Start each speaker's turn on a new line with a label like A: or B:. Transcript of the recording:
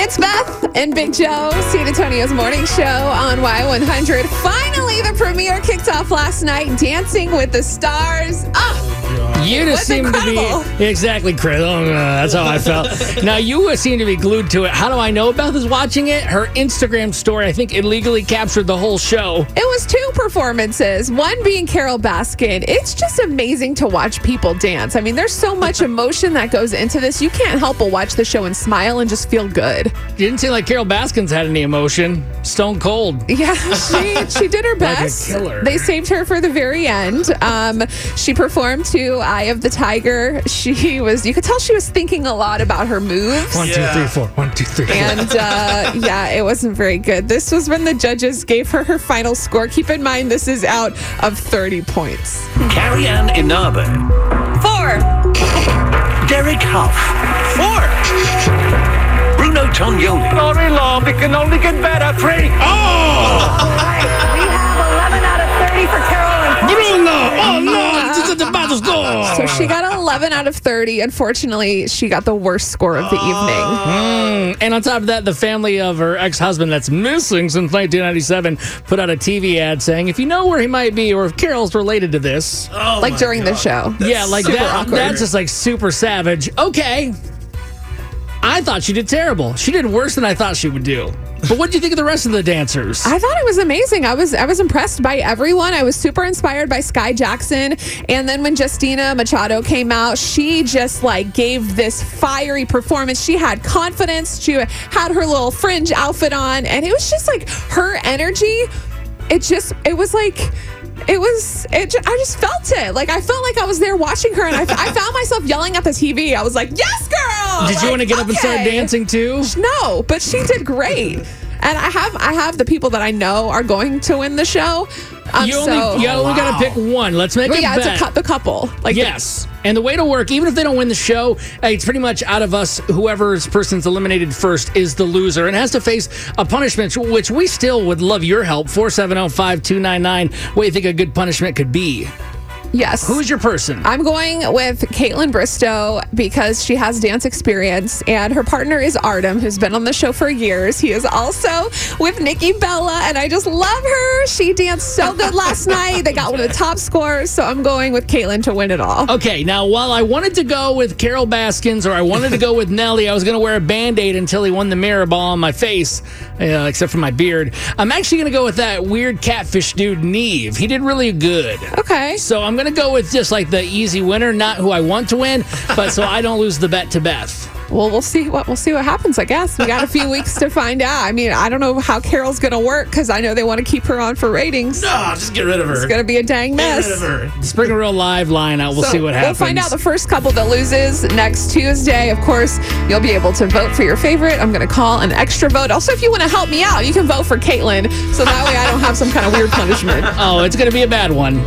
A: It's Beth and Big Joe, San Antonio's morning show on Y100. Finally, the premiere kicked off last night, Dancing with the Stars. Oh,
B: You just
A: It
B: seem
A: was
B: to
A: incredible.
B: be exactly Chris. Oh, no, that's how I felt. now you seem to be glued to it. How do I know Beth is watching it? Her Instagram story, I think, illegally captured the whole show.
A: it was two performances, one being Carol Baskin. It's just amazing to watch people dance. I mean, there's so much emotion that goes into this. You can't help but watch the show and smile and just feel good.
B: Didn't seem like Carol Baskins had any emotion. Stone cold.
A: Yeah, she she did her best.
B: killer.
A: They saved her for the very end. Um, she performed to "Eye of the Tiger." She was you could tell she was thinking a lot about her moves.
B: One, two,
C: Yeah.
B: three, four. One, two, three, four.
A: And uh, yeah, it wasn't very good. This was when the judges gave her her final score. Keep in mind, this is out of 30 points.
C: Carrie Ann Inabe.
A: Four.
C: Derek Huff. Four. Bruno Tognoli. Sorry, Love, it can only get better. Three. Oh!
D: We have 11 out of 30 for Carol and
B: Bruno! Oh no! This is the battle score.
A: So she got 11 out of 30. Unfortunately, she got the worst score of the evening.
B: Mm. And on top of that, the family of her ex husband that's missing since 1997 put out a TV ad saying, if you know where he might be or if Carol's related to this.
A: like during the show.
B: yeah, like
A: super
B: that,
A: awkward.
B: that's just like super savage. Okay. I thought she did terrible. She did worse than I thought she would do. But what do you think of the rest of the dancers?
A: I thought it was amazing. I was I was impressed by everyone. I was super inspired by Sky Jackson. And then when Justina Machado came out, she just like gave this fiery performance. She had confidence. She had her little fringe outfit on, and it was just like her energy. It just it was like. It was, it, ju- I just felt it. Like, I felt like I was there watching her, and I, I found myself yelling at the TV. I was like, Yes, girl!
B: did you
A: Like,
B: want to get up and start
A: okay.
B: dancing too?
A: No, but she did great. And I have I have the people that I know are going to win the show. Um,
B: you
A: so
B: only, you only got to pick one. Let's make
A: but
B: a
A: yeah,
B: bet.
A: it's a, cou- the couple. Like the-
B: Yes. And the way to work, even if they don't win the show, eh, it's pretty much out of us. Whoever's person's eliminated first is the loser and has to face a punishment, which we still would love your help. 470 5299. What do you think a good punishment could be?
A: yes.
B: Who's your person?
A: I'm going with Caitlin Bristow because she has dance experience, and her partner is Artem, who's been on the show for years. He is also with Nikki Bella, and I just love her. She danced so good last night. They got one of the top scores, so I'm going with Caitlin to win it all.
B: Okay, now while I wanted to go with Carol Baskins or I wanted to go with Nelly, I was going to wear a band aid until he won the mirror ball on my face, uh, except for my beard. I'm actually going to go with that weird catfish dude, Neve. He did really good.
A: Okay.
B: So I'm gonna go with just like the easy winner, not who I want to win, but so I don't lose the bet to Beth.
A: Well, we'll see what we'll see what happens. I guess we got a few weeks to find out. I mean, I don't know how Carol's gonna work because I know they want to keep her on for ratings.
C: Ah, just get rid of her.
A: It's gonna be a dang mess.
B: Spring a real live line out. We'll
A: So
B: see what happens.
A: We'll find out the first couple that loses next Tuesday. Of course, you'll be able to vote for your favorite. I'm gonna call an extra vote. Also, if you want to help me out, you can vote for Caitlin, so that way I don't have some kind of weird punishment.
B: oh, it's gonna be a bad one.